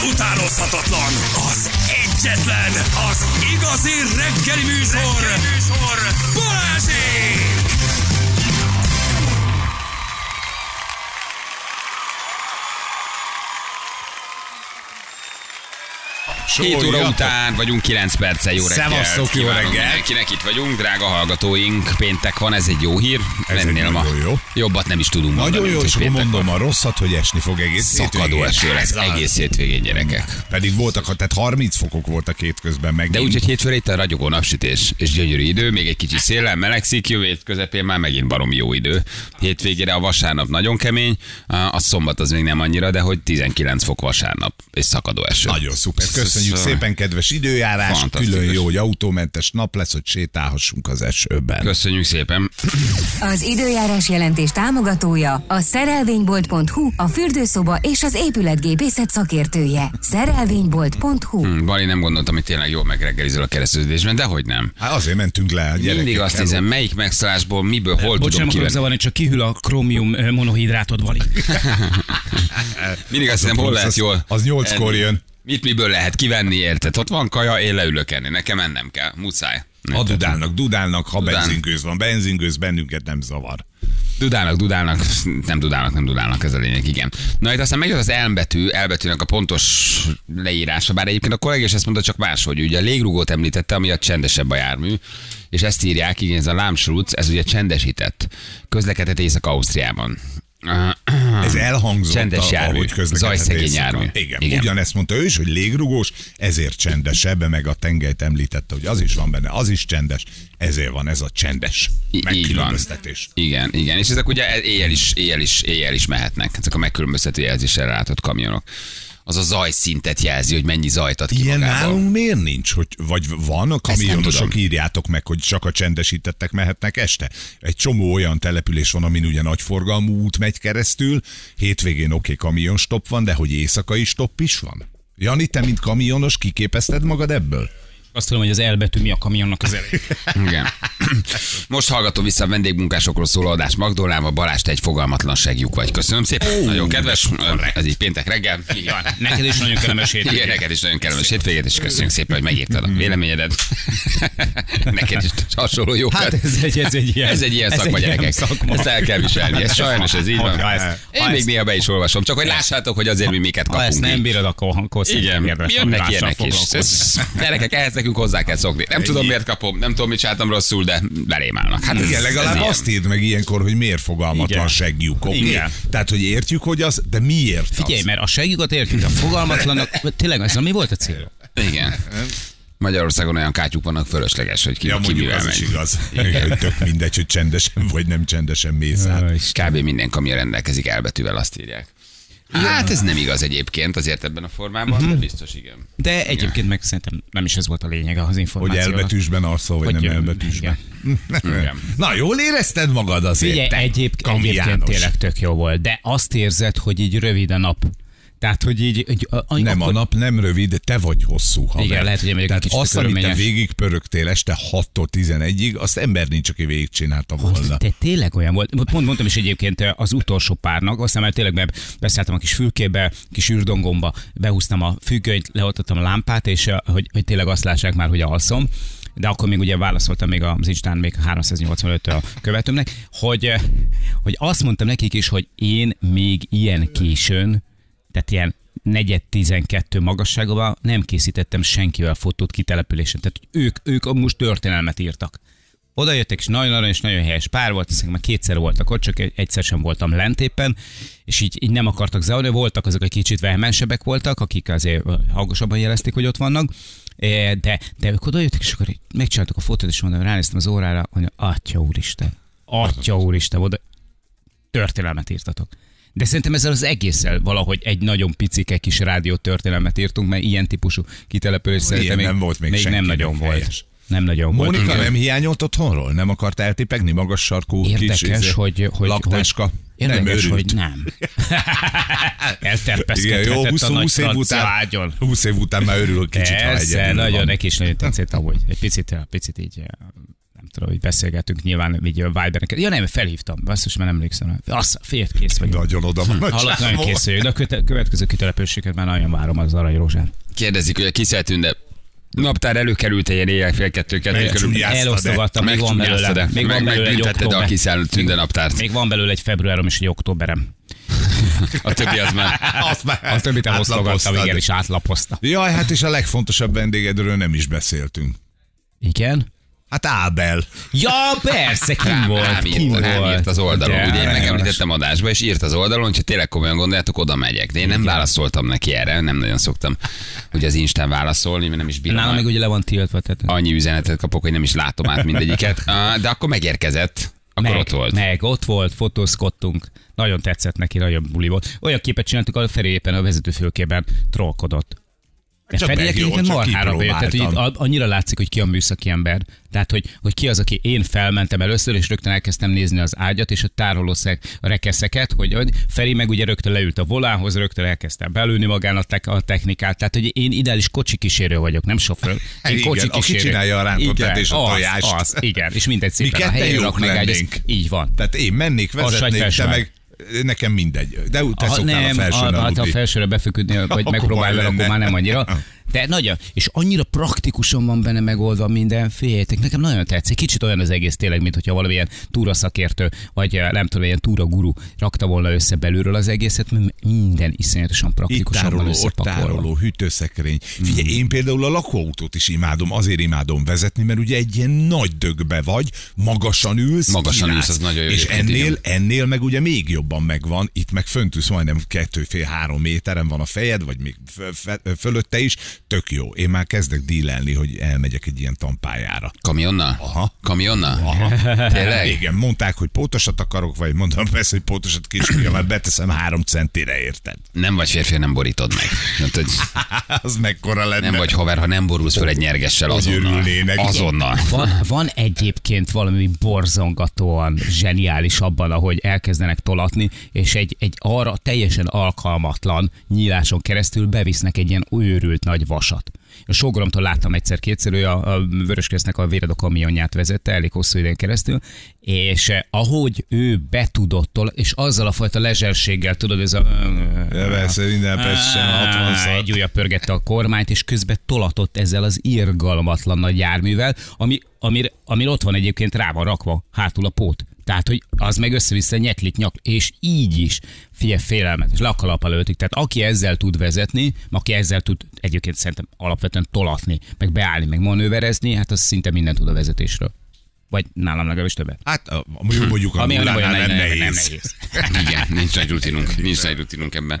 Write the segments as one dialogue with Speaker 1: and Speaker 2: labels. Speaker 1: utánozhatatlan, az egyetlen, az igazi reggeli műsor, reggeli műsor. Balázsék!
Speaker 2: Hét óra
Speaker 3: Sólyat.
Speaker 2: után vagyunk 9 perccel, jó reggelt.
Speaker 3: Szevasztok, jó
Speaker 2: Kívánom
Speaker 3: reggelt.
Speaker 2: Mindenkinek itt vagyunk, drága hallgatóink, péntek van, ez egy jó hír.
Speaker 3: Ez egy
Speaker 2: Ennél ma
Speaker 3: nagyon jó.
Speaker 2: jobbat nem is tudunk
Speaker 3: Nagyon
Speaker 2: mondani,
Speaker 3: jó,
Speaker 2: mint
Speaker 3: és
Speaker 2: hogy
Speaker 3: akkor
Speaker 2: péntek
Speaker 3: mondom a rosszat, hogy esni fog egész
Speaker 2: van. Szakadó
Speaker 3: hétvégén.
Speaker 2: eső lesz
Speaker 3: Ez az.
Speaker 2: egész hétvégén, gyerekek.
Speaker 3: Pedig voltak, ha tehát 30 fokok voltak hétközben meg.
Speaker 2: De úgy, hogy hétfőre itt a ragyogó napsütés, és gyönyörű idő, még egy kicsi széllel melegszik, jövő hét közepén már megint barom jó idő. Hétvégére a vasárnap nagyon kemény, a szombat az még nem annyira, de hogy 19 fok vasárnap, és szakadó eső.
Speaker 3: Nagyon szuper. Köszönjük
Speaker 2: Szóval-
Speaker 3: szépen, kedves időjárás.
Speaker 2: Fantasztikus.
Speaker 3: Külön jó, hogy autómentes nap lesz, hogy sétálhassunk az esőben.
Speaker 2: Köszönjük szépen.
Speaker 4: Az időjárás jelentés támogatója a szerelvénybolt.hu, a fürdőszoba és az épületgépészet szakértője. Szerelvénybolt.hu
Speaker 2: Hm, Bali, nem gondoltam, hogy tényleg jól megreggelizol a kereszteződésben, de hogy nem.
Speaker 3: Hát azért mentünk le a gyerekekkel.
Speaker 2: Mindig azt nézem, melyik megszállásból, miből, hol tudom
Speaker 5: Bocsánat, nem akarok
Speaker 2: kivenni.
Speaker 5: zavarni, csak kihűl a krómium ö, monohidrátod, Bali.
Speaker 2: Mindig azt hiszem, hol
Speaker 3: plusz,
Speaker 2: lehet
Speaker 3: az-
Speaker 2: jól.
Speaker 3: az nyolckor
Speaker 2: enni.
Speaker 3: jön.
Speaker 2: Mit miből lehet kivenni, érted? Ott van kaja, én leülök enni, nekem ennem kell, muszáj.
Speaker 3: Ha dudálnak, dudálnak, ha
Speaker 2: Dudán.
Speaker 3: benzingőz van, benzingőz bennünket nem zavar.
Speaker 2: Dudálnak, dudálnak, nem dudálnak, nem dudálnak, ez a lényeg, igen. Na itt aztán megjött az elbetű, elbetűnek a pontos leírása, bár egyébként a kollégia is ezt mondta, csak máshogy. Ugye a légrugót említette, ami a csendesebb a jármű, és ezt írják, igen, ez a Lámsruc, ez ugye csendesített, közlekedett Észak-Ausztriában.
Speaker 3: Ez elhangzott,
Speaker 2: Csendes
Speaker 3: a-
Speaker 2: jármű.
Speaker 3: ahogy közlekedett
Speaker 2: Zajszegény
Speaker 3: éjszaka.
Speaker 2: jármű.
Speaker 3: Igen,
Speaker 2: Igen.
Speaker 3: Igen, ugyanezt mondta ő is, hogy légrugós, ezért csendes, ebbe meg a tengelyt említette, hogy az is van benne, az is csendes, ezért van ez a csendes
Speaker 2: I-
Speaker 3: megkülönböztetés.
Speaker 2: Igen, igen, és ezek ugye éjjel is, éjjel is, éjjel is mehetnek, ezek a megkülönböztető jelzéssel látott kamionok. Az a zajszintet jelzi, hogy mennyi zajt ad ki
Speaker 3: Ilyen
Speaker 2: magából.
Speaker 3: nálunk miért nincs, hogy vagy van
Speaker 2: nem
Speaker 3: a kamionosok,
Speaker 2: tudom.
Speaker 3: írjátok meg, hogy csak a csendesítettek mehetnek este. Egy csomó olyan település van, amin ugye nagy forgalmú út megy keresztül, hétvégén oké, okay, kamion stop van, de hogy éjszakai stop is van. Jani, te mint kamionos kiképezted magad ebből?
Speaker 5: Azt tudom, hogy az elbetű mi a kamionnak az elején.
Speaker 2: Igen. Most hallgatom vissza a vendégmunkásokról szóló adást Magdolával, Balást egy fogalmatlanság lyuk vagy. Köszönöm szépen, nagyon kedves. Ez így péntek reggel. Igen.
Speaker 5: Neked is nagyon kellemes hétvégét. Mm.
Speaker 2: Igen, neked is nagyon kellemes hétvégét, és köszönjük szépen, hogy megírtad a véleményedet. neked is hasonló jókat.
Speaker 5: Hát ez egy, ez egy ilyen,
Speaker 2: Ez egy ilyen szakma,
Speaker 5: ilyen
Speaker 2: gyerekek.
Speaker 5: szakma.
Speaker 2: Ezt
Speaker 5: Hát
Speaker 2: el kell viselni. Ez sajnos ez így van.
Speaker 5: Ha ezt-
Speaker 2: Én
Speaker 5: ha
Speaker 2: még
Speaker 5: ezt-
Speaker 2: néha be is olvasom, csak hogy lássátok, hogy azért mi miket
Speaker 5: Ha ezt
Speaker 2: kapunk.
Speaker 5: nem
Speaker 2: így.
Speaker 5: bírod, akkor, akkor
Speaker 2: Igen,
Speaker 5: szerintem érdemes
Speaker 2: jönnek
Speaker 5: tanulással
Speaker 2: ilyenek is.
Speaker 5: foglalkozni.
Speaker 2: Ez- Gyerekek, ehhez nekünk hozzá kell szokni. Nem tudom, miért kapom, nem tudom, mit csináltam rosszul, de belém állnak. Hát ez-
Speaker 3: Igen, legalább
Speaker 2: ez ilyen.
Speaker 3: azt írd meg ilyenkor, hogy miért fogalmatlan
Speaker 5: Igen.
Speaker 3: segjuk, oké? Okay?
Speaker 5: Igen.
Speaker 3: Tehát, hogy értjük, hogy az, de miért
Speaker 5: Figyelj,
Speaker 3: az?
Speaker 5: mert a segígot értjük, a fogalmatlanak, tényleg az, mi volt a cél?
Speaker 2: Igen. Magyarországon olyan kátyuk vannak fölösleges, hogy ki,
Speaker 3: Ja,
Speaker 2: ki
Speaker 3: mondjuk
Speaker 2: mivel
Speaker 3: az is
Speaker 2: megy.
Speaker 3: igaz. Hogy tök mindegy, hogy csendesen vagy nem csendesen mész
Speaker 5: Hát
Speaker 3: át.
Speaker 2: Kb. minden kamion rendelkezik elbetűvel, azt írják. Hát ez nem igaz egyébként, azért ebben a formában,
Speaker 5: Mhm.
Speaker 2: de biztos igen.
Speaker 5: De egyébként meg szerintem nem is ez volt a lényege az
Speaker 3: Hogy
Speaker 5: információnak.
Speaker 3: elbetűsben alszol, vagy,
Speaker 5: szóval- Hogy,
Speaker 3: nem
Speaker 5: ö,
Speaker 3: elbetűsben.
Speaker 2: Igen.
Speaker 3: Na, jól érezted magad azért.
Speaker 5: Figyelj,
Speaker 3: te,
Speaker 5: egyéb,
Speaker 3: Kami
Speaker 5: egyébként
Speaker 3: János.
Speaker 5: tényleg tök jó volt, de azt érzed, hogy így rövid a nap. Tehát, hogy így... így a, a,
Speaker 3: Nem,
Speaker 5: akkor-
Speaker 3: a nap nem rövid, te vagy hosszú haver.
Speaker 5: Igen, lehet, hogy én vagyok
Speaker 3: Tehát
Speaker 5: egy kicsit
Speaker 3: azt, amit te
Speaker 5: körülményes.
Speaker 3: végigpörögtél este 6-tól 11-ig, azt ember nincs, aki végigcsinálta volna.
Speaker 5: Te tényleg olyan volt. Pont mondtam is egyébként az utolsó párnak, aztán már tényleg be- beszálltam a kis fülkébe, kis űrdongomba, behúztam a függönyt, leoltottam a lámpát, és eh, hogy, hogy tényleg azt lássák már, hogy alszom. De akkor még ugye válaszoltam még az Instán, még 385 a követőmnek, hogy, eh, hogy azt mondtam nekik is, hogy én még ilyen későn, tehát ilyen negyed 12 magasságban nem készítettem senkivel fotót kitelepülésen. Tehát hogy ők, ők most történelmet írtak. Oda jöttek, és nagyon aranyos, nagyon helyes pár volt, hiszem, már kétszer voltak ott, csak egyszer sem voltam lent éppen, és így, így nem akartak zavarni, voltak azok, akik kicsit vehemensebbek voltak, akik azért ö, hangosabban jelezték, hogy ott vannak, Eh, de, de ők oda jöttek, és akkor így megcsináltuk a fotót, és mondom, ránéztem az órára, hogy atya úristen, atya úristen, oda történelmet írtatok. De szerintem ezzel az egésszel valahogy egy nagyon picike kis rádió történelmet írtunk, mert ilyen típusú kitelepülés szerintem
Speaker 3: nem volt még
Speaker 5: még nem
Speaker 3: senkinek
Speaker 5: nagyon
Speaker 3: helyes.
Speaker 5: volt. Nem nagyon volt.
Speaker 3: Mónika
Speaker 5: Igen.
Speaker 3: nem hiányolt otthonról? Nem akart eltipegni magas sarkú kis
Speaker 5: Érdekes,
Speaker 3: izé,
Speaker 5: hogy, hogy
Speaker 3: laktáska?
Speaker 5: Hogy, érdekes,
Speaker 3: nem,
Speaker 5: nem,
Speaker 3: örült.
Speaker 5: hogy nem.
Speaker 3: Igen, jó,
Speaker 5: Elterpeszkedhetett
Speaker 3: 20,
Speaker 5: a nagy
Speaker 3: 20 év után,
Speaker 5: ágyon.
Speaker 3: 20 év után már örül kicsit, ha
Speaker 5: Persze,
Speaker 3: egyedül
Speaker 5: nagyon,
Speaker 3: van.
Speaker 5: neki is nagyon tetszett, ahogy egy picit, picit így eh, nem tudom, hogy beszélgetünk nyilván így a Viber-en. Ja nem, felhívtam, basszus, már nem emlékszem. Azt, fél kész vagyok.
Speaker 3: Nagyon oda van a
Speaker 5: Hallott, nagyon
Speaker 3: csávó.
Speaker 5: kész vagyok, de a köte- következő kitelepőséget már nagyon várom az arany rózsát.
Speaker 2: Kérdezik, hogy a kiszeltűn, de naptár előkerült egy ilyen éjjel fél kettő, kettő körül.
Speaker 3: Megcsúnyáztad-e?
Speaker 5: Elosztogattam, még van belőle.
Speaker 2: Meg,
Speaker 5: Még
Speaker 2: meg,
Speaker 5: van belőle egy
Speaker 2: megbüntetted a
Speaker 5: október.
Speaker 2: kiszeltűnde naptárt.
Speaker 5: Még van belőle egy februárom és egy októberem.
Speaker 2: A többi az már.
Speaker 3: Azt már
Speaker 5: A többit elosztogattam,
Speaker 3: Hát, átlapoztad.
Speaker 5: igen, és átlapoztam.
Speaker 3: Jaj, hát és a legfontosabb vendégedről nem is beszéltünk.
Speaker 5: Igen?
Speaker 3: Hát Ábel.
Speaker 5: Ja, persze, kim
Speaker 2: Rám,
Speaker 5: volt,
Speaker 2: rám,
Speaker 5: kim
Speaker 2: írt,
Speaker 5: volt.
Speaker 2: rám írt az oldalon,
Speaker 5: De,
Speaker 2: ugye én
Speaker 5: rám
Speaker 2: megemlítettem adásba, és írt az oldalon, hogyha tényleg komolyan gondoljátok, oda megyek. De én nem válaszoltam neki erre, nem nagyon szoktam ugye az Instán válaszolni, mert nem is bírom.
Speaker 5: Nálam
Speaker 2: el.
Speaker 5: meg ugye le van tiltva, tehát...
Speaker 2: Annyi üzenetet kapok, hogy nem is látom át mindegyiket. Á, De akkor megérkezett, akkor
Speaker 5: meg,
Speaker 2: ott volt.
Speaker 5: Meg, ott volt, fotózkodtunk. Nagyon tetszett neki, nagyon buli volt. Olyan képet csináltuk, ahol Feri éppen a vezetőfülkében trollkodott. De
Speaker 3: Csak
Speaker 5: Ferinek
Speaker 3: megjó,
Speaker 5: egyébként
Speaker 3: csak
Speaker 5: marhára bejött, tehát hogy itt
Speaker 3: kipróbáltam.
Speaker 5: a- annyira látszik, hogy ki a műszaki ember. Tehát, hogy, hogy ki az, aki én felmentem először, és rögtön elkezdtem nézni az ágyat és a tárolószek, a rekeszeket, hogy, hogy Feri meg ugye rögtön leült a volánhoz, rögtön elkezdte belőni magán a, te- a technikát. Tehát, hogy én ideális kocsi kísérő vagyok, nem sofőr. Én
Speaker 3: Hát Igen,
Speaker 5: kocsi
Speaker 3: aki
Speaker 5: kísérő.
Speaker 3: csinálja a rántott
Speaker 5: Igen,
Speaker 3: et és a
Speaker 5: az,
Speaker 3: tojást.
Speaker 5: Az, igen, és mindegy
Speaker 3: Mi
Speaker 5: szépen a
Speaker 3: ketten
Speaker 5: helyén
Speaker 3: jók
Speaker 5: rak meg ágy,
Speaker 3: lennénk.
Speaker 5: ez- Így van.
Speaker 3: Tehát én mennék,
Speaker 5: sajt
Speaker 3: vezetnék, te
Speaker 5: felső.
Speaker 3: meg nekem mindegy. De úgy te
Speaker 5: Ha-
Speaker 3: szoktál a felsőn
Speaker 5: a, hát ha a
Speaker 3: aludni.
Speaker 5: felsőre befeküdni, vagy
Speaker 3: Akkor
Speaker 5: megpróbálod,
Speaker 3: baj
Speaker 5: akkor már
Speaker 3: lenne.
Speaker 5: nem annyira. De nagyon, és annyira praktikusan van benne megoldva minden, féljetek, nekem nagyon tetszik. Kicsit olyan az egész tényleg, mint hogyha valamilyen túraszakértő, vagy eh, nem tudom, ilyen túraguru rakta volna össze belülről az egészet, mert minden iszonyatosan
Speaker 3: Itt
Speaker 5: praktikusan van
Speaker 3: tároló, ott
Speaker 5: összepakolva.
Speaker 3: tároló, hűtőszekrény. Figyelj,
Speaker 2: Hmm.
Speaker 3: én például a lakóautót is imádom, azért imádom vezetni, mert ugye egy ilyen nagy dögbe vagy, magasan ülsz,
Speaker 2: Magasan
Speaker 3: kilátsz.
Speaker 2: ülsz, az nagyon jó
Speaker 3: És
Speaker 2: egyébként,
Speaker 3: ennél,
Speaker 2: igen.
Speaker 3: ennél meg ugye még jobban megvan, itt meg fönt ülsz majdnem kettő, fél, három méteren van a fejed, vagy még fö- fö- fölötte is, tök jó. Én már kezdek dílelni, hogy elmegyek egy ilyen tampájára.
Speaker 2: Kamionnal?
Speaker 3: Aha.
Speaker 2: Kamionnal?
Speaker 3: Aha.
Speaker 2: Tényleg?
Speaker 3: Igen, mondták, hogy pótosat akarok, vagy mondom persze, hogy pótosat kicsit, mert beteszem három centire, érted?
Speaker 2: Nem vagy férfi, ha nem borítod meg. Hát, hogy
Speaker 3: Az mekkora lenne.
Speaker 2: Nem vagy haver, ha nem borulsz fel egy nyergessel
Speaker 3: Hogy
Speaker 2: azonnal.
Speaker 3: örülnének.
Speaker 2: Azonnal.
Speaker 5: Van, van egyébként valami borzongatóan zseniális abban, ahogy elkezdenek tolatni, és egy, egy arra teljesen alkalmatlan nyíláson keresztül bevisznek egy ilyen őrült nagy vasat. A sógoromtól láttam egyszer-kétszer, ő a, a Vöröskeresztnek a Vérada kamionját vezette elég hosszú időn keresztül, és eh, ahogy ő betudottól, és azzal a fajta lezserséggel, tudod, ez a...
Speaker 3: Ja, persze, minden perc sem, 60
Speaker 5: Á,
Speaker 3: szor.
Speaker 5: Egy újabb pörgette a kormányt, és közben tolatott ezzel az irgalmatlan nagy járművel, ami, amir, amir ott van egyébként rá van rakva, hátul a pót. Tehát, hogy az meg össze-vissza nyeklik nyak, és így is, figyelj, félelmetes, lakalap előttik. Tehát aki ezzel tud vezetni, aki ezzel tud egyébként szerintem alapvetően tolatni, meg beállni, meg manőverezni, hát az szinte minden tud a vezetésről. Vagy nálam legalábbis többet.
Speaker 3: Hát a- mondjuk, mondjuk a
Speaker 5: nem
Speaker 3: nullánál
Speaker 5: olyan
Speaker 3: nem,
Speaker 5: nagy-
Speaker 3: nehéz.
Speaker 5: nem nehéz.
Speaker 2: Igen, nincs nagy rutinunk, nincs nagy rutinunk ebben.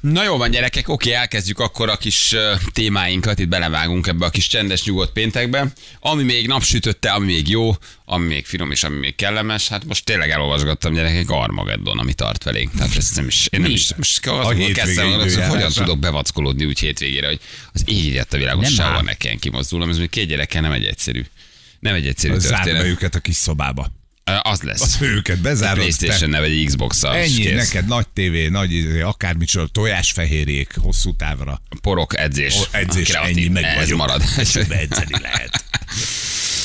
Speaker 2: Na jó van gyerekek, oké, elkezdjük akkor a kis ö, témáinkat, itt belevágunk ebbe a kis csendes nyugodt péntekbe. Ami még napsütötte, ami még jó, ami még finom és ami még kellemes, hát most tényleg elolvasgattam gyerekek Armageddon, ami tart velég. Tehát ezt nem is, én nem
Speaker 5: Mi?
Speaker 2: is, most
Speaker 3: A
Speaker 2: azon
Speaker 3: hétvége
Speaker 2: kezdtem, hogy
Speaker 3: időjárása.
Speaker 2: hogyan tudok bevackolódni úgy hétvégére, hogy az így lett a világon,
Speaker 5: Nem
Speaker 2: sehol
Speaker 5: már.
Speaker 2: nekem kimozdulom, ez még két gyerekkel nem egy egyszerű. Nem egy egyszerű
Speaker 3: Zárd be
Speaker 2: történet.
Speaker 3: őket a kis szobába.
Speaker 2: Ö, Az lesz.
Speaker 3: Az őket bezárod.
Speaker 2: playstation
Speaker 3: te-
Speaker 2: ne vagy Xbox-al. és
Speaker 3: Ennyi,
Speaker 2: kész.
Speaker 3: neked nagy tévé, nagy izé, akármicsoda, tojásfehérjék hosszú távra.
Speaker 2: porok edzés.
Speaker 3: O, edzés,
Speaker 2: Kreatív.
Speaker 3: ennyi, meg
Speaker 2: Ez
Speaker 3: vagyok.
Speaker 2: marad.
Speaker 3: Csak edzeni lehet.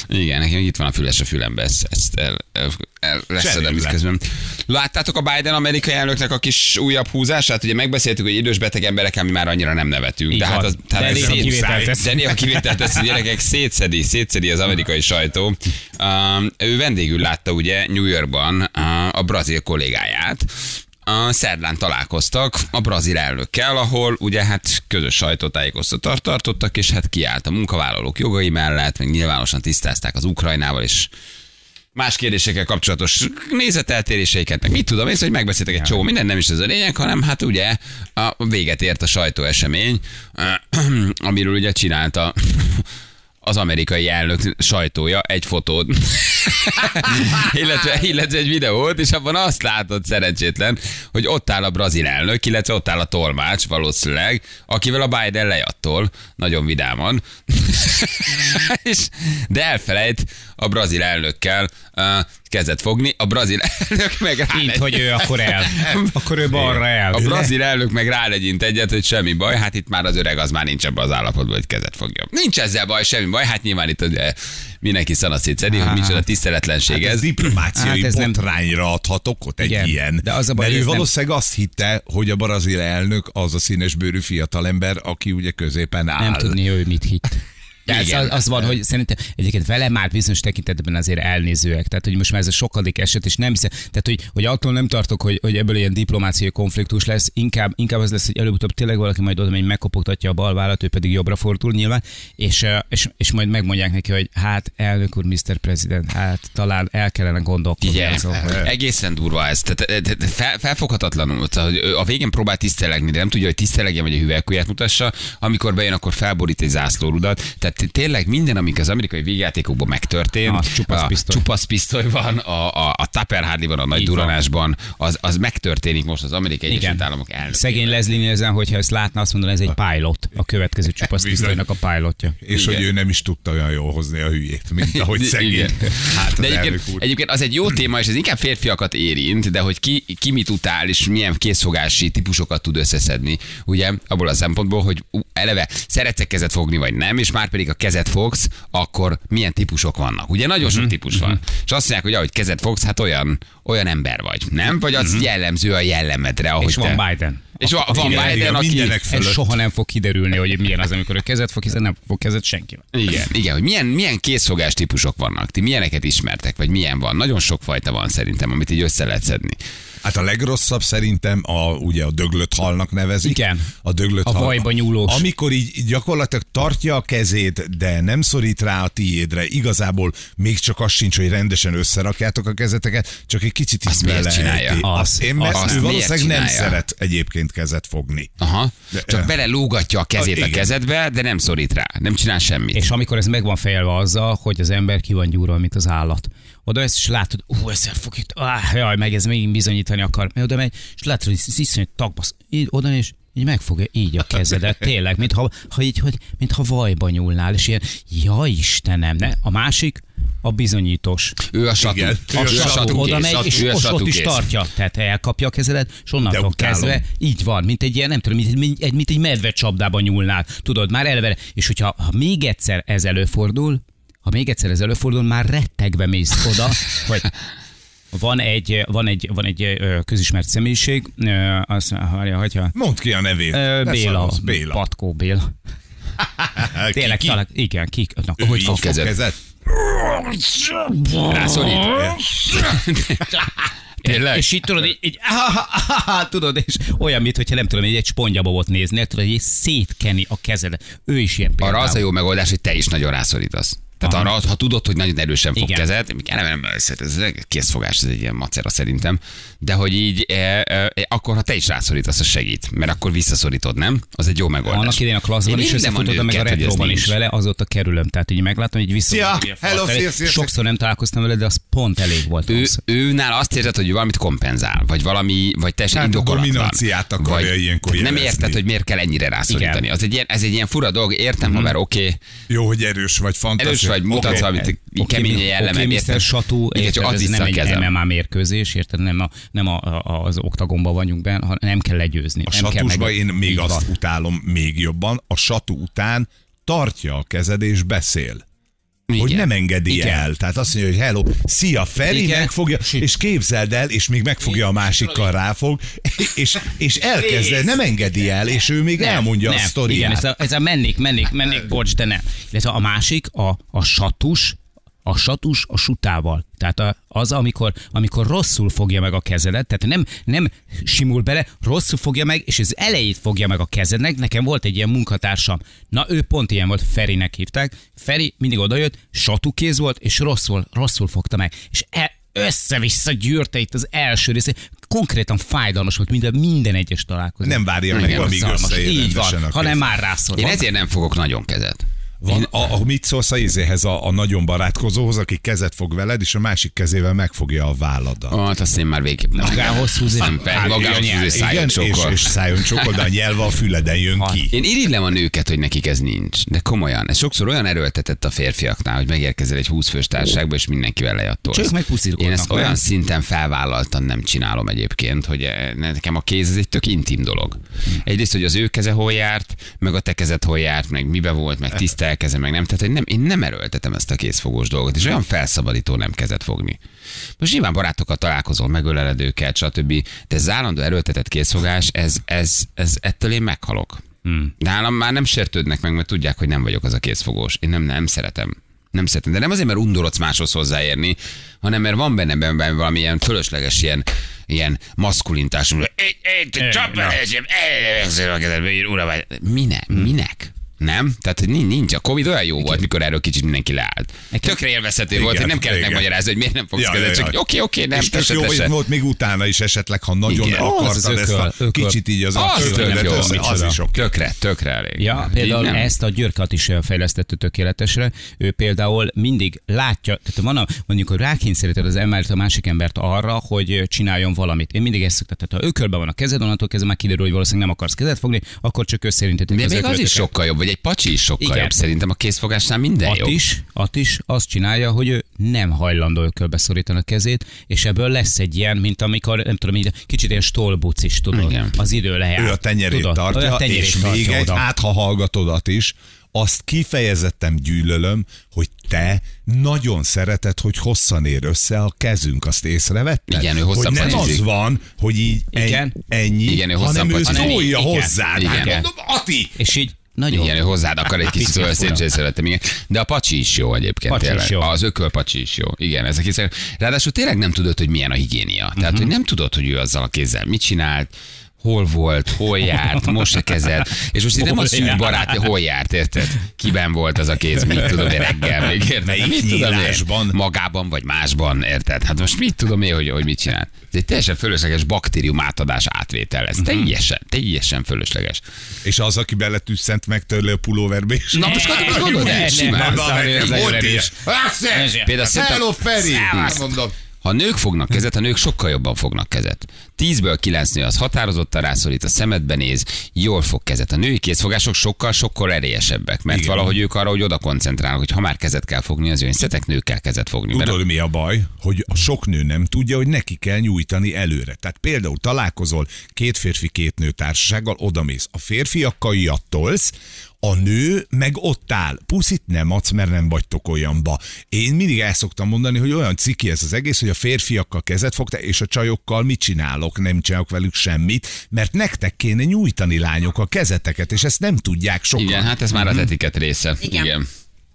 Speaker 2: Igen, nekem itt van a füles a fülembe, ezt, ezt el, el, el leszedem
Speaker 3: Cserélj
Speaker 2: itt
Speaker 3: le.
Speaker 2: közben. Láttátok a Biden amerikai elnöknek a kis újabb húzását? Ugye megbeszéltük, hogy idős beteg emberek, ami már annyira nem nevetünk.
Speaker 5: Így
Speaker 2: de hát
Speaker 5: van.
Speaker 2: az, tehát
Speaker 5: De
Speaker 2: ez
Speaker 5: néha
Speaker 2: szét-
Speaker 5: kivételt tesz.
Speaker 2: De néha kivételt tesz, hogy gyerekek szétszedi, szétszedi az amerikai sajtó. Um, ő vendégül látta ugye New Yorkban uh, a brazil kollégáját, a szerdán találkoztak a brazil elnökkel, ahol ugye hát közös sajtótájékoztatást tartottak, és hát kiállt a munkavállalók jogai mellett, meg nyilvánosan tisztázták az Ukrajnával és más kérdésekkel kapcsolatos nézeteltéréseiket, meg mit tudom én, szóval, hogy megbeszéltek egy csomó minden, nem is ez a lényeg, hanem hát ugye a véget ért a sajtóesemény, amiről ugye csinálta az amerikai elnök sajtója egy fotót, illetve, illetve egy videót, és abban azt látod szerencsétlen, hogy ott áll a brazil elnök, illetve ott áll a tolmács valószínűleg, akivel a Biden lejattól, nagyon vidáman,
Speaker 5: Mm.
Speaker 2: és, de elfelejt a brazil elnökkel uh, kezet fogni, a brazil elnök meg rámegy.
Speaker 5: Így, hogy ő akkor el. Akkor ő balra el.
Speaker 2: A brazil elnök meg rálegyint egyet, hogy semmi baj, hát itt már az öreg az már nincs ebbe az állapotban, hogy kezet fogja. Nincs ezzel baj, semmi baj, hát nyilván itt ugye, mindenki szanaszét szedi, hogy micsoda tiszteletlenség
Speaker 3: Ez
Speaker 2: ez.
Speaker 3: diplomáciai
Speaker 5: Hát
Speaker 3: hát
Speaker 5: ez
Speaker 3: ez
Speaker 5: nem-
Speaker 3: botrányra adhat okot egy
Speaker 5: Igen,
Speaker 3: ilyen.
Speaker 5: de az a baj,
Speaker 3: Mert
Speaker 5: hogy
Speaker 3: ő
Speaker 5: ez nem-
Speaker 3: valószínűleg azt hitte, hogy a brazil elnök az a színes bőrű fiatalember, aki ugye középen áll.
Speaker 5: Nem tudni, ő mit hitt. Tehát
Speaker 2: Igen.
Speaker 5: az, az van, hogy szerintem egyébként vele már bizonyos tekintetben azért elnézőek. Tehát, hogy most már ez a sokadik eset, és nem hiszem. Tehát, hogy, hogy attól nem tartok, hogy, hogy ebből ilyen diplomáciai konfliktus lesz. Inkább, inkább az lesz, hogy előbb-utóbb tényleg valaki majd oda megy, megkopogtatja a bal vállat, ő pedig jobbra fordul nyilván, és, ö, és, és majd megmondják neki, hogy hát elnök úr, Mr. President, hát talán el kellene gondolkodni.
Speaker 2: Figyelj,
Speaker 5: azon, hogy-
Speaker 2: egészen durva ez. Tehát, eh, tehát fel, felfoghatatlanul. Tehát, hogy ő a végén próbál tisztelegni, de nem tudja, hogy tisztelegjen, vagy a hüvelykujját mutassa. Amikor bejön, akkor felborít egy zászlórudat. Tehát tényleg minden, amik az amerikai végjátékokban megtörtént,
Speaker 5: Az csupasz
Speaker 2: a
Speaker 5: pisztoly.
Speaker 2: csupasz pisztoly van, a, a, a Tupper Hardy van, a nagy
Speaker 5: Így van.
Speaker 2: duranásban, az, az megtörténik most az Amerikai Egyesült
Speaker 5: Igen.
Speaker 2: Államok elnök.
Speaker 5: Szegény Leslie Nielsen, hogyha ezt látna, azt mondaná, ez egy pilot. A következő csupasz
Speaker 3: Bizony.
Speaker 5: tisztőnek a pilotja.
Speaker 3: És
Speaker 2: Igen.
Speaker 3: hogy ő nem is tudta olyan jól hozni a hülyét, mint ahogy szegény.
Speaker 2: Igen.
Speaker 3: Hát az
Speaker 2: de
Speaker 3: elnök
Speaker 2: egyébként,
Speaker 3: úr.
Speaker 2: egyébként az egy jó téma, és ez inkább férfiakat érint, de hogy ki, ki mit utál, és milyen készfogási típusokat tud összeszedni, ugye, abból a szempontból, hogy ú, eleve szeretsz kezet fogni, vagy nem, és már pedig a kezet fogsz, akkor milyen típusok vannak. Ugye nagyon
Speaker 3: Mhm.
Speaker 2: sok típus van. És azt mondják, hogy ahogy kezet fogsz, hát olyan, olyan ember vagy, nem? Vagy az
Speaker 3: Mhm.
Speaker 2: jellemző a jellemedre, ahogy
Speaker 5: És van
Speaker 2: te...
Speaker 5: Biden.
Speaker 2: És van, van
Speaker 3: Igen,
Speaker 2: Biden,
Speaker 3: igen,
Speaker 2: aki,
Speaker 3: mindenek
Speaker 5: Ez
Speaker 3: fölött.
Speaker 5: soha nem fog kiderülni, hogy milyen az, amikor ő kezet fog, hiszen nem fog kezet senki.
Speaker 2: Igen, igen, hogy milyen, milyen készfogás típusok vannak, ti milyeneket ismertek, vagy milyen van. Nagyon sok fajta van szerintem, amit így össze lehet szedni.
Speaker 3: Hát a legrosszabb szerintem a, ugye a döglött halnak nevezik.
Speaker 5: Igen.
Speaker 3: A döglött
Speaker 5: A
Speaker 3: hal.
Speaker 5: vajba nyúlós.
Speaker 3: Amikor így így gyakorlatilag tartja a kezét, de nem szorít rá a tiédre. Igazából még csak az sincs, hogy rendesen összerakjátok a kezeteket, csak egy kicsit
Speaker 2: Azt
Speaker 3: így
Speaker 2: miért csinálja?
Speaker 3: beleejti.
Speaker 5: Azt-
Speaker 3: Azt, én, mert
Speaker 2: azt
Speaker 3: ő
Speaker 2: miért
Speaker 3: valószínűleg nem
Speaker 2: csinálja?
Speaker 3: szeret egyébként kezet fogni.
Speaker 2: Aha.
Speaker 3: De-
Speaker 2: Csak belelógatja a kezét a
Speaker 3: igen.
Speaker 2: kezedbe, de nem szorít rá, nem csinál semmit.
Speaker 5: És amikor ez meg van fejelve azzal, hogy az ember ki van gyúrva, mint az állat. Oda ezt is látod, ú, ezzel fog itt, áh, jaj, meg ez megint bizonyítani akar. Mert oda megy, és látod, hogy ez iszonyú tagbasz, így oda és így megfogja így a kezedet, tényleg, mintha ha így, hogy, mintha vajba nyúlnál, és ilyen, ja Istenem, ne? A másik, a bizonyítós.
Speaker 2: ő a satú.
Speaker 3: Igen.
Speaker 2: Ő a satú
Speaker 5: oda
Speaker 2: kész.
Speaker 5: megy, és
Speaker 2: Ő a
Speaker 5: ott, ott
Speaker 2: satú
Speaker 5: is
Speaker 2: kész.
Speaker 5: tartja. Tehát elkapja a kezedet, és
Speaker 3: De
Speaker 5: onnantól
Speaker 3: utálom.
Speaker 5: kezdve így van, mint egy ilyen, nem tudom, mint egy, mint egy, mint egy medve csapdába nyúlnál. Tudod, már eleve. És hogyha ha még egyszer ez előfordul, ha még egyszer ez előfordul, már rettegve mész oda, hogy van egy, van egy, van egy ö, közismert személyiség, ö, azt várja, hogyha
Speaker 3: Mondd ki a nevét.
Speaker 5: Ö,
Speaker 3: Ne
Speaker 5: Béla,
Speaker 3: szarozz, Béla.
Speaker 5: Patkó Béla. Tényleg,
Speaker 3: ki?
Speaker 5: talán, igen, kik, na,
Speaker 3: Ő
Speaker 5: hogy
Speaker 3: így
Speaker 5: fog
Speaker 3: fog
Speaker 2: kezed?
Speaker 3: kezet?
Speaker 2: Rászorít. Tényleg?
Speaker 5: És így tudod, így, így ah, ah, ah, ah, tudod, és olyan, mint hogyha nem tudom, egy, egy spongyabobot néznél, tudod, hogy így szétkeni a kezedet. Ő is ilyen például.
Speaker 2: Arra az a jó megoldás, hogy te is nagyon rászorítasz. Tehát
Speaker 5: Aha.
Speaker 2: arra, az, ha tudod, hogy nagyon erősen fog
Speaker 5: Igen.
Speaker 2: kezed, még eleve nem ez, ez egy készfogás, ez egy ilyen macera szerintem, de hogy így, e, e, akkor ha te is rászorítasz, az segít, mert akkor visszaszorítod, nem? Az egy jó megoldás.
Speaker 5: Annak idején a klasszban
Speaker 2: Én
Speaker 5: is
Speaker 2: minden
Speaker 5: összefutottam, meg a
Speaker 2: nőket, hogy ez
Speaker 5: retróban
Speaker 2: nincs.
Speaker 5: is vele, azóta kerülöm. Tehát így meglátom, hogy vissza.
Speaker 3: Szia!
Speaker 5: Ilyen fal
Speaker 3: Hello,
Speaker 5: felé.
Speaker 3: szia, szia, szia.
Speaker 5: Sokszor nem találkoztam vele, de az pont elég volt.
Speaker 2: ő,
Speaker 5: ahhoz.
Speaker 2: őnál azt érzed, hogy ő valamit kompenzál, vagy valami, vagy teljesen
Speaker 3: Hát a
Speaker 2: indokolatlan.
Speaker 3: dominanciát akarja
Speaker 2: Vagy-
Speaker 3: ilyenkor
Speaker 2: tehát Nem
Speaker 3: jelezni.
Speaker 2: érted, hogy miért kell ennyire rászorítani.
Speaker 5: Igen. Mhm.
Speaker 2: Az egy ilyen, ez egy ilyen fura dolog, értem, mm. haver, oké, okay,
Speaker 3: Jó, hogy erős vagy, fantasztikus.
Speaker 2: erős vagy, mutatsz
Speaker 3: Oké.
Speaker 2: valamit, okay.
Speaker 5: Oké,
Speaker 2: kemény
Speaker 5: mi-
Speaker 2: jellemet,
Speaker 5: Oké,
Speaker 2: érted?
Speaker 5: Mr. Satú,
Speaker 2: Igen, csak azt
Speaker 5: érted, ez nem
Speaker 2: hiszem
Speaker 5: egy
Speaker 2: kezem.
Speaker 5: MMA mérkőzés, érted, nem, a, nem a, a, az oktagomba vagyunk benne, ha nem kell legyőzni.
Speaker 3: A
Speaker 5: nem kell
Speaker 3: satusba
Speaker 5: meg-
Speaker 3: én még
Speaker 5: Így van.
Speaker 3: azt utálom még jobban, a satú után tartja a kezed és beszél. Igen. Hogy
Speaker 2: Igen.
Speaker 3: nem engedi
Speaker 5: Igen.
Speaker 3: Igen. el. Tehát azt mondja, hogy hello, szia, Feri,
Speaker 5: Igen.
Speaker 3: megfogja, és képzeld el, és még megfogja a másikkal, ráfog, és, és elkezd, nem engedi el, és ő még elmondja a sztoriát.
Speaker 5: Igen, ez a, ez a mennék, mennék, mennék, bocs, de nem. Illetve a másik, a, a satus, a satus a sutával. Tehát a, az, amikor, amikor rosszul fogja meg a kezedet, tehát nem, nem simul bele, rosszul fogja meg, és az elejét fogja meg a kezednek. Nekem volt egy ilyen munkatársam. Na, ő pont ilyen volt, Ferinek hívták. Feri mindig odajött, satukéz volt, és rosszul, rosszul fogta meg. És e, össze-vissza gyűrte itt az első része. Konkrétan fájdalmas volt minden, minden egyes találkozó.
Speaker 3: Nem várja meg,
Speaker 5: Igen,
Speaker 3: amíg
Speaker 5: szarmas.
Speaker 3: összeér
Speaker 5: Így
Speaker 3: rendesen
Speaker 5: van,
Speaker 3: a
Speaker 5: hanem
Speaker 3: kéz.
Speaker 5: már rászor.
Speaker 2: Én ezért nem fogok nagyon kezet.
Speaker 3: Van, a, a, mit szólsz a izéhez, a, a nagyon barátkozóhoz, aki kezet fog veled, és a másik kezével megfogja a válladat.
Speaker 2: Ah, Hát azt én már végképp nem.
Speaker 5: Magához húzni.
Speaker 2: Nem, persze, Hát magához húzni szájon
Speaker 3: Hát Igen, és,
Speaker 2: sokkal.
Speaker 3: és szájon csokol, de a nyelve a füleden jön ki.
Speaker 2: Én irigylem a nőket, hogy nekik ez nincs, de komolyan. Ez sokszor olyan erőltetett a férfiaknál, hogy megérkezel egy 20 fős társaságba, és mindenkivel lejattolsz.
Speaker 5: Csak megpuszilkodnak,
Speaker 2: Én ezt
Speaker 5: nem?
Speaker 2: olyan szinten felvállaltan nem csinálom egyébként, hogy eh, nekem a kéz ez egy tök intim dolog. Egyrészt, hogy az ő keze hol járt, meg a te kezed hol járt, meg mibe volt, meg tisztelgés, felkezem, meg nem. Tehát hogy nem, én nem erőltetem ezt a kézfogós dolgot, és olyan felszabadító nem kezet fogni. Most nyilván barátokkal találkozol, megöleled őket, stb. De ez állandó erőltetett kézfogás, ez, ez, ez ettől én meghalok. Hmm. Nálam már nem sértődnek meg, mert tudják, hogy nem vagyok az a kézfogós. Én nem, nem szeretem. Nem szeretem. De nem azért, mert undorodsz máshoz hozzáérni, hanem mert van benne, benne valami ilyen fölösleges ilyen, ilyen maszkulintás. hogy "Ej, ej, te Csapd be, ezért, ej, ezért a kezedbe, én ura vagy." Minek? Minek? Nem? Tehát hogy nin- nincs. A Covid olyan jó volt, mikor erről kicsit mindenki leállt. Tökre élvezhető volt, hogy nem kellett
Speaker 3: igen.
Speaker 2: megmagyarázni, hogy miért nem fogsz
Speaker 3: Ja, ja,
Speaker 2: kezet,
Speaker 3: ja.
Speaker 2: csak oké, oké, nem,
Speaker 3: és tök
Speaker 2: tese,
Speaker 3: jó,
Speaker 2: tese.
Speaker 3: hogy volt még utána is esetleg, ha nagyon
Speaker 2: Igen.
Speaker 3: Igen.
Speaker 5: Az az
Speaker 3: akartad ezt a
Speaker 5: ököl, ököl.
Speaker 3: kicsit így az,
Speaker 2: Az
Speaker 3: ököl,
Speaker 2: tök
Speaker 3: de
Speaker 2: jó,
Speaker 3: az, az
Speaker 5: micsoda.
Speaker 3: is oké.
Speaker 2: Tökre, tökre elég.
Speaker 5: Ja,
Speaker 2: Így
Speaker 5: például
Speaker 2: nem?
Speaker 5: ezt a Györkat is fejlesztette tökéletesre. Ő például mindig látja, tehát van a, mondjuk, hogy rákényszeríted az emelt a másik embert arra, hogy csináljon valamit. Én mindig ezt szoktam, tehát ha ökölben van a kezed, onnantól kezdve már kiderül, hogy valószínűleg nem akarsz kezet fogni, akkor csak összerintetik
Speaker 2: De
Speaker 5: az
Speaker 2: még az is
Speaker 5: öklötöket.
Speaker 2: sokkal jobb, vagy egy pacsi is sokkal
Speaker 5: Igen.
Speaker 2: jobb. Szerintem a kézfogásnál minden
Speaker 5: At
Speaker 2: jobb.
Speaker 5: is, At is azt csinálja, hogy ő nem hajlandó ökölbe szorítani a kezét, és ebből lesz egy ilyen, mint amikor, nem tudom, így, kicsit ilyen stolbuc is, tudod,
Speaker 2: Igen.
Speaker 5: az idő lejár.
Speaker 3: Ő a tenyerét
Speaker 5: tudod, Ő
Speaker 3: tartja,
Speaker 5: a tenyerét
Speaker 3: és
Speaker 5: tartja
Speaker 3: még egy,
Speaker 5: oda.
Speaker 3: hát ha hallgatodat is, azt kifejezetten gyűlölöm, hogy te nagyon szereted, hogy hosszan ér össze a kezünk, azt észrevetted?
Speaker 2: Igen, ő
Speaker 3: hogy
Speaker 2: hosszabban
Speaker 3: nem
Speaker 2: ízik.
Speaker 3: az van, hogy így
Speaker 5: Igen.
Speaker 3: Igen. ennyi,
Speaker 2: Igen, ő
Speaker 3: hanem ő
Speaker 2: hosszabban-
Speaker 3: szólja
Speaker 5: Igen.
Speaker 3: hozzád. Igen. Hát
Speaker 2: Igen.
Speaker 3: mondom, Ati!
Speaker 5: És így nagyon.
Speaker 2: Igen, ő hozzád akar egy kis
Speaker 5: Picit
Speaker 2: szóval
Speaker 5: fura.
Speaker 2: szintén szeretem, igen. De a pacsi is jó egyébként.
Speaker 5: Pacsi is
Speaker 2: tényleg.
Speaker 5: jó.
Speaker 2: Az ököl pacsi is jó. Igen, ezek is. Ráadásul tényleg nem tudod, hogy milyen a higiénia. Tehát,
Speaker 5: Mhm.
Speaker 2: hogy nem tudod, hogy ő azzal a kézzel mit csinált, hol volt, hol járt, most a kezed. És most itt nem
Speaker 5: Hol
Speaker 2: azt mondjuk,
Speaker 5: járt.
Speaker 2: barát, hol járt, érted? Kiben volt az a kéz, mit tudom én reggel, még érted?
Speaker 3: Melyik
Speaker 2: mit tudom én?
Speaker 3: nyílásban?
Speaker 2: Magában vagy másban, érted? Hát most mit tudom én, hogy, hogy mit csinál? Ez egy teljesen fölösleges baktérium átadás átvétel
Speaker 5: Mhm.
Speaker 2: lesz. Teljesen, teljesen fölösleges.
Speaker 3: És az, aki beletűszent meg tőle a pulóverbe is.
Speaker 2: Na most gondolod, gondolod
Speaker 5: ne,
Speaker 2: el,
Speaker 5: ne,
Speaker 2: simán.
Speaker 5: ne,
Speaker 2: Szóval
Speaker 5: ne,
Speaker 2: ez
Speaker 5: ne,
Speaker 2: nagyon
Speaker 5: ne,
Speaker 2: erős. Például szerintem-
Speaker 3: Hello, Feri!
Speaker 2: Szevasz.
Speaker 3: Mondom.
Speaker 2: Ha nők fognak kezet, a nők sokkal jobban fognak kezet. Tízből kilenc nő az határozottan rászorít, a szemedbe néz, jól fog kezet. A női kézfogások sokkal, sokkal erélyesebbek, mert
Speaker 3: Igen.
Speaker 2: valahogy ők arra, hogy oda koncentrálnak, hogy ha már kezet kell fogni, az önszetek nők kell kezet fogni. Mert-
Speaker 3: Tudod, mi a baj? Hogy a sok nő nem tudja, hogy neki kell nyújtani előre. Tehát például találkozol két férfi, két nő társasággal, odamész. A férfiakkal jattolsz, a nő meg ott áll. Puszit nem adsz, mert nem vagytok olyanba. Én mindig el szoktam mondani, hogy olyan ciki ez az egész, hogy a férfiakkal kezet fogta, és a csajokkal mit csinálok, nem csinálok velük semmit, mert nektek kéne nyújtani lányok a kezeteket, és ezt nem tudják sokan.
Speaker 2: Igen, hát ez már
Speaker 3: Mhm.
Speaker 2: az etiket része.
Speaker 6: Igen.
Speaker 2: Igen.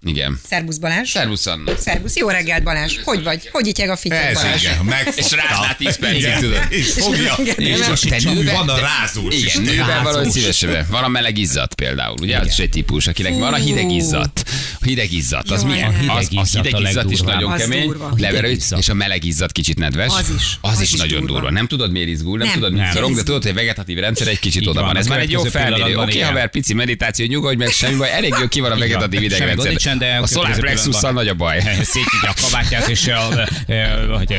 Speaker 2: Igen.
Speaker 6: Szerbusz Balázs.
Speaker 2: Szervusz Anna.
Speaker 6: Szerbusz, jó reggelt Balázs. Hogy vagy? Hogy ityeg a fityeg
Speaker 3: Ez
Speaker 6: Balázs?
Speaker 3: igen, megfogta.
Speaker 2: És rádnál 10 percig,
Speaker 3: Igen.
Speaker 2: tudod.
Speaker 3: És fogja.
Speaker 6: És
Speaker 3: És
Speaker 2: te
Speaker 3: te
Speaker 2: nővel-
Speaker 3: van a
Speaker 2: te-
Speaker 3: rázós. is.
Speaker 2: Igen, nőben
Speaker 3: Rázós.
Speaker 2: valahogy szívesebben. Van a meleg izzadt például, ugye? Az is egy típus, akinek van a hideg izzadt. A hideg izzadt, az
Speaker 6: Jaj,
Speaker 2: mi?
Speaker 6: ne. A
Speaker 2: Az-
Speaker 6: hideg
Speaker 2: Az,
Speaker 5: izzadt a
Speaker 2: hideg izzadt is
Speaker 5: legdurvább.
Speaker 2: nagyon
Speaker 6: Az
Speaker 2: kemény,
Speaker 6: durva.
Speaker 2: leverő,
Speaker 5: Hideg izzadt.
Speaker 2: és a meleg izzadt kicsit nedves.
Speaker 6: Az is.
Speaker 2: Az
Speaker 6: Az
Speaker 2: is
Speaker 6: is
Speaker 2: nagyon
Speaker 6: durva.
Speaker 2: durva. Nem tudod, miért izgul, nem
Speaker 6: Nem.
Speaker 2: tudod, miért
Speaker 5: Nem.
Speaker 2: szorong, de tudod, hogy a vegetatív rendszer egy kicsit
Speaker 5: Így
Speaker 2: oda
Speaker 5: van,
Speaker 2: van. Ez
Speaker 5: a
Speaker 2: már egy jó
Speaker 5: következő
Speaker 2: felmérő.
Speaker 5: pillanatban
Speaker 2: Oké,
Speaker 5: igen.
Speaker 2: haver, pici meditáció, nyugodj meg, semmi baj. Elég jól ki van a
Speaker 5: Így van.
Speaker 2: vegetatív
Speaker 5: Semmi
Speaker 2: idegrendszer.
Speaker 5: gond nincsen, de a
Speaker 2: a solar
Speaker 5: következő
Speaker 2: plexussal
Speaker 5: pillanatban- Hát,
Speaker 2: nagy a baj.
Speaker 5: szétnyitja a kabátját, és a, a, a, hogy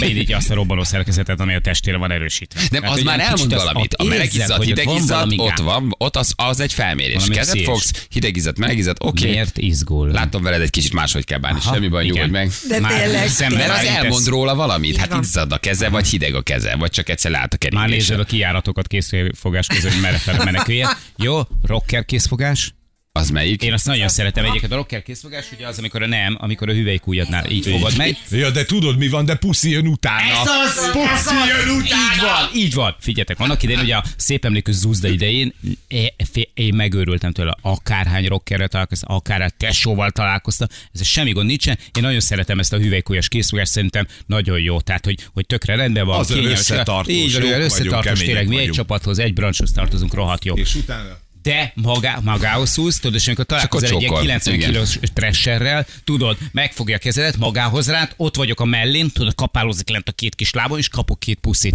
Speaker 5: beindítja azt a robbanó szerkezetet, ami a testére van erősítve.
Speaker 2: Nem,
Speaker 5: Tehát,
Speaker 2: az
Speaker 5: hogy
Speaker 2: már
Speaker 5: egy
Speaker 2: elmond
Speaker 5: kicsit az-
Speaker 2: valamit.
Speaker 5: ott
Speaker 2: A meleg
Speaker 5: érzed,
Speaker 2: izzadt,
Speaker 5: hogy
Speaker 2: hideg
Speaker 5: van
Speaker 2: izzadt,
Speaker 5: valami
Speaker 2: ott
Speaker 5: gál.
Speaker 2: van, ott az, az egy felmérés.
Speaker 5: Valami
Speaker 2: Kezet
Speaker 5: pszichés.
Speaker 2: fogsz, hideg izzadt, meleg izzadt, oké.
Speaker 5: Miért izgul?
Speaker 2: Látom veled egy kicsit máshogy kell bánni,
Speaker 5: Aha,
Speaker 2: semmi baj,
Speaker 5: igen.
Speaker 2: nyugodj meg.
Speaker 6: De
Speaker 5: Már
Speaker 6: tényleg,
Speaker 5: szemben
Speaker 2: Mert az
Speaker 6: tényleg.
Speaker 5: ráintesz.
Speaker 2: elmond róla valamit, hát
Speaker 6: van.
Speaker 2: izzad a keze, vagy hideg a keze, vagy csak egyszer lát a keringésen.
Speaker 5: Már nézed a kijáratokat készfogás között, hogy merre fel menekülje. Jó, rocker készfogás.
Speaker 2: Az melyik?
Speaker 5: Én azt nagyon szeretem egyébként. A rocker készfogás ugye az, amikor a nem, amikor a hüvelykújadnál így fogod meg.
Speaker 3: Ja, de tudod mi van, de puszi jön utána.
Speaker 5: az,
Speaker 3: Puszi jön utána.
Speaker 5: Így van, így van. Figyeljetek, annak idején, ugye a szép emlékű Zuzda idején é- fé- én megőrültem tőle, akárhány rockerrel találkoztam, akár a tesóval találkoztam, ez semmi gond nincsen. Én nagyon szeretem ezt a hüvelykújas készfogást, szerintem nagyon jó. Tehát, hogy, hogy tökre rendben van.
Speaker 3: Az
Speaker 5: kényelmes.
Speaker 3: összetartós,
Speaker 5: Így van,
Speaker 3: jók
Speaker 5: olyan
Speaker 3: vagyunk,
Speaker 5: összetartós,
Speaker 3: kemények
Speaker 5: tényleg mi egy
Speaker 3: vagyunk.
Speaker 5: csapathoz, egy branchhoz tartozunk, rohadt jó.
Speaker 3: És utána.
Speaker 5: De magá, magához húz, tudod, és amikor találkozol egy ilyen
Speaker 2: csókol.
Speaker 5: 90
Speaker 2: Igen.
Speaker 5: kilós tresserrel, tudod, megfogja a kezedet, magához rád, ott vagyok a mellén, tudod, kapálózik lent a két kis lábon, és kapok két puszit.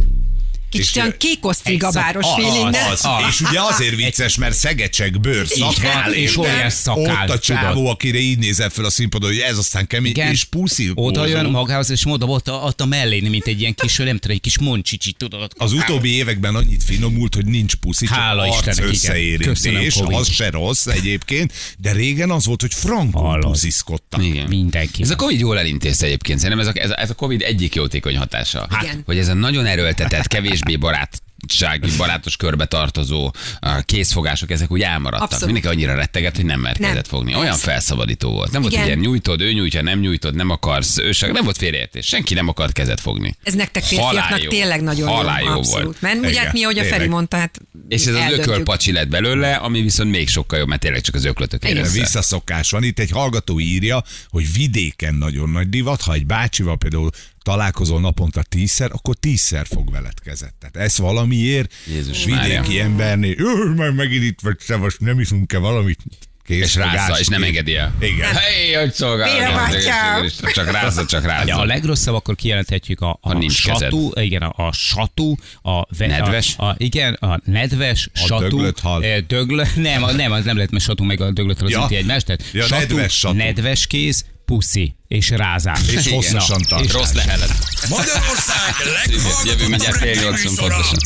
Speaker 6: Kicsit olyan kékosztrigabáros
Speaker 5: Egy szak-
Speaker 6: feeling, ne?
Speaker 3: Az.
Speaker 5: Ah.
Speaker 3: És ugye azért vicces, mert szegecsek bőr, szakál,
Speaker 5: van, és
Speaker 3: érted?
Speaker 5: óriás szakál,
Speaker 3: Ott a
Speaker 5: tudod.
Speaker 3: csávó, akire így nézel fel a színpadon, hogy ez aztán kemény, és puszi.
Speaker 5: Oda jön
Speaker 3: bózol.
Speaker 5: magához, és oda ott a, ott a mellén, mint egy ilyen kis, nem tudom, egy kis moncsicsi, tudod. ott
Speaker 3: Az
Speaker 5: kapál.
Speaker 3: utóbbi években annyit finomult, hogy nincs puszi, csak
Speaker 5: Hála
Speaker 3: arc
Speaker 5: Istennek, igen. Köszönöm,
Speaker 3: összeérintés,
Speaker 5: Covid.
Speaker 3: az se rossz egyébként, de régen az volt, hogy frankon
Speaker 5: Hallod.
Speaker 3: pusziszkodtak.
Speaker 2: Igen.
Speaker 5: Mindenki.
Speaker 2: Ez a Covid jól elintézte
Speaker 5: Hát.
Speaker 2: egyébként. Szerintem ez a, ez, a, ez a Covid egyik jótékony hatása.
Speaker 6: Igen.
Speaker 2: Hogy ez a nagyon erőltetett, kevésbé barát barátsági, barátos körbe tartozó uh, készfogások, ezek úgy elmaradtak.
Speaker 6: Abszolút.
Speaker 2: Mindenki annyira retteget, hogy nem merkedett
Speaker 6: Nem.
Speaker 2: fogni. Olyan felszabadító volt. Nem volt
Speaker 6: Igen.
Speaker 2: egy ilyen nyújtod, ő nyújtja, nem nyújtod, nem akarsz, ő se, nem volt félreértés. Senki nem akart kezet fogni.
Speaker 6: Ez nektek
Speaker 2: Halál
Speaker 6: férfiaknak
Speaker 2: jó.
Speaker 6: tényleg nagyon
Speaker 2: Halál
Speaker 6: jó.
Speaker 2: jó
Speaker 6: abszolút.
Speaker 2: volt.
Speaker 6: Mert ugye
Speaker 3: Igen,
Speaker 6: hát mi, ahogy a Feri
Speaker 3: tényleg.
Speaker 6: mondta, hát
Speaker 2: És ez az
Speaker 6: eldöntjük.
Speaker 2: ökölpacsi lett belőle, ami viszont még sokkal jobb, mert tényleg csak az öklötök ér
Speaker 3: Igen,
Speaker 2: össze.
Speaker 3: visszaszokás van. Itt egy hallgató írja, hogy vidéken nagyon nagy divat, ha egy bácsival például találkozol naponta tízszer, akkor tízszer fog veled kezet. Tehát ez valamiért
Speaker 2: Jézus
Speaker 3: vidéki
Speaker 2: Mária.
Speaker 3: embernél, ő, majd megint itt vagy, te most nem iszunk-e valamit? Kész
Speaker 2: És rázza,
Speaker 3: fogás.
Speaker 2: és nem engedi el.
Speaker 3: Igen.
Speaker 2: Hey, hogy
Speaker 6: Mire
Speaker 2: szolgálom.
Speaker 6: vágyjál?
Speaker 2: Csak rázza, csak
Speaker 5: Ja, a
Speaker 2: rázza.
Speaker 5: legrosszabb, akkor kijelenthetjük a, a,
Speaker 2: Ha
Speaker 5: a
Speaker 2: nincs
Speaker 5: satú, igen, a, a satú, a, ve,
Speaker 2: Nedves?
Speaker 5: a, a, igen, a nedves, a satú,
Speaker 3: döglött hal.
Speaker 5: eh, döglö, nem, a, nem, az nem lehet, mert satú meg a döglött az
Speaker 3: Ja.
Speaker 5: ja. egymást, tehát
Speaker 3: Ja, nedves satú.
Speaker 5: nedves kéz, puszi és rázás.
Speaker 3: És
Speaker 5: Igen.
Speaker 3: hosszasan
Speaker 5: Na,
Speaker 3: tart.
Speaker 5: és
Speaker 2: Rossz lehelet.
Speaker 1: Magyarország
Speaker 2: Jövő
Speaker 1: leghallgatottabb
Speaker 2: mindjárt fél
Speaker 1: reggeli
Speaker 2: nyolcon
Speaker 1: műsora.
Speaker 2: pontosan.